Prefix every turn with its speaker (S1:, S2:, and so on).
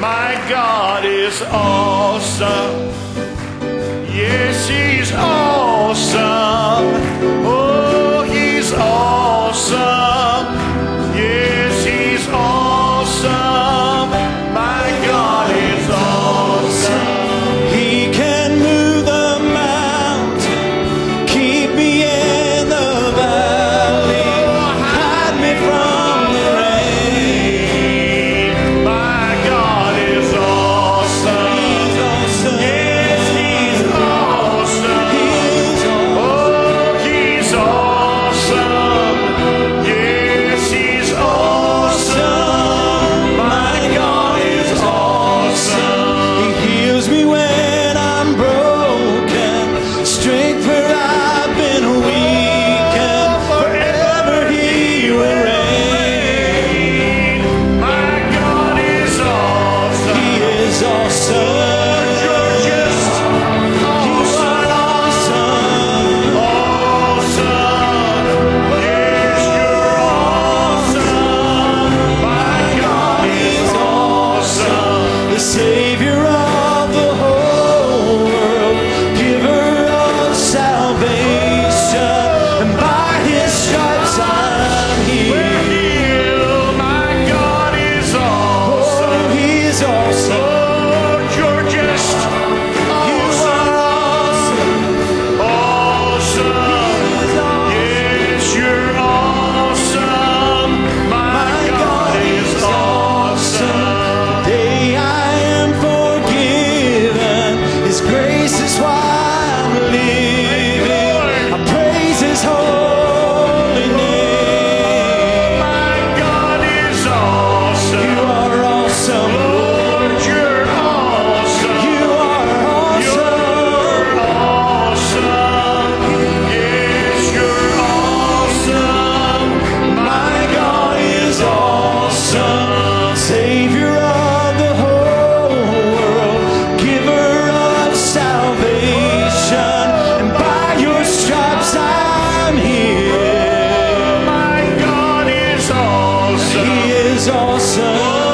S1: My God is awesome. Yes, He's awesome. Oh, He's awesome. Yes, He's awesome. My God is awesome.
S2: He can move the mountain, keep me in the valley, hide me from the rain.
S1: My God is awesome.
S2: He's awesome.
S1: Yes, He's awesome.
S2: He's awesome.
S1: Oh, He's awesome. Yes, He's awesome. My God is awesome.
S2: He heals me when I'm broken, strength where I've been weakened. Forever He will reign.
S1: My God is awesome.
S2: He is awesome.
S1: Just
S2: He's awesome.
S1: awesome. Yes, you're awesome. My God is awesome.
S2: the Savior of the whole world, giver of salvation, and by His stripes I'm
S1: We're
S2: healed.
S1: healed. My God is awesome.
S2: Oh, He's awesome.
S1: Oh, you're just awesome. Awesome. Yes, you're awesome. My God is awesome.
S2: Today I am forgiven. His grace is why I'm living. I praise His holy name.
S1: My God is awesome.
S2: You are awesome.
S1: Lord, you're awesome.
S2: You are awesome.
S1: You're awesome. Yes, you're awesome. My God is awesome.
S2: Savior of the whole world, giver of salvation, and by your stripes I'm healed.
S1: My God is awesome.
S2: He is awesome.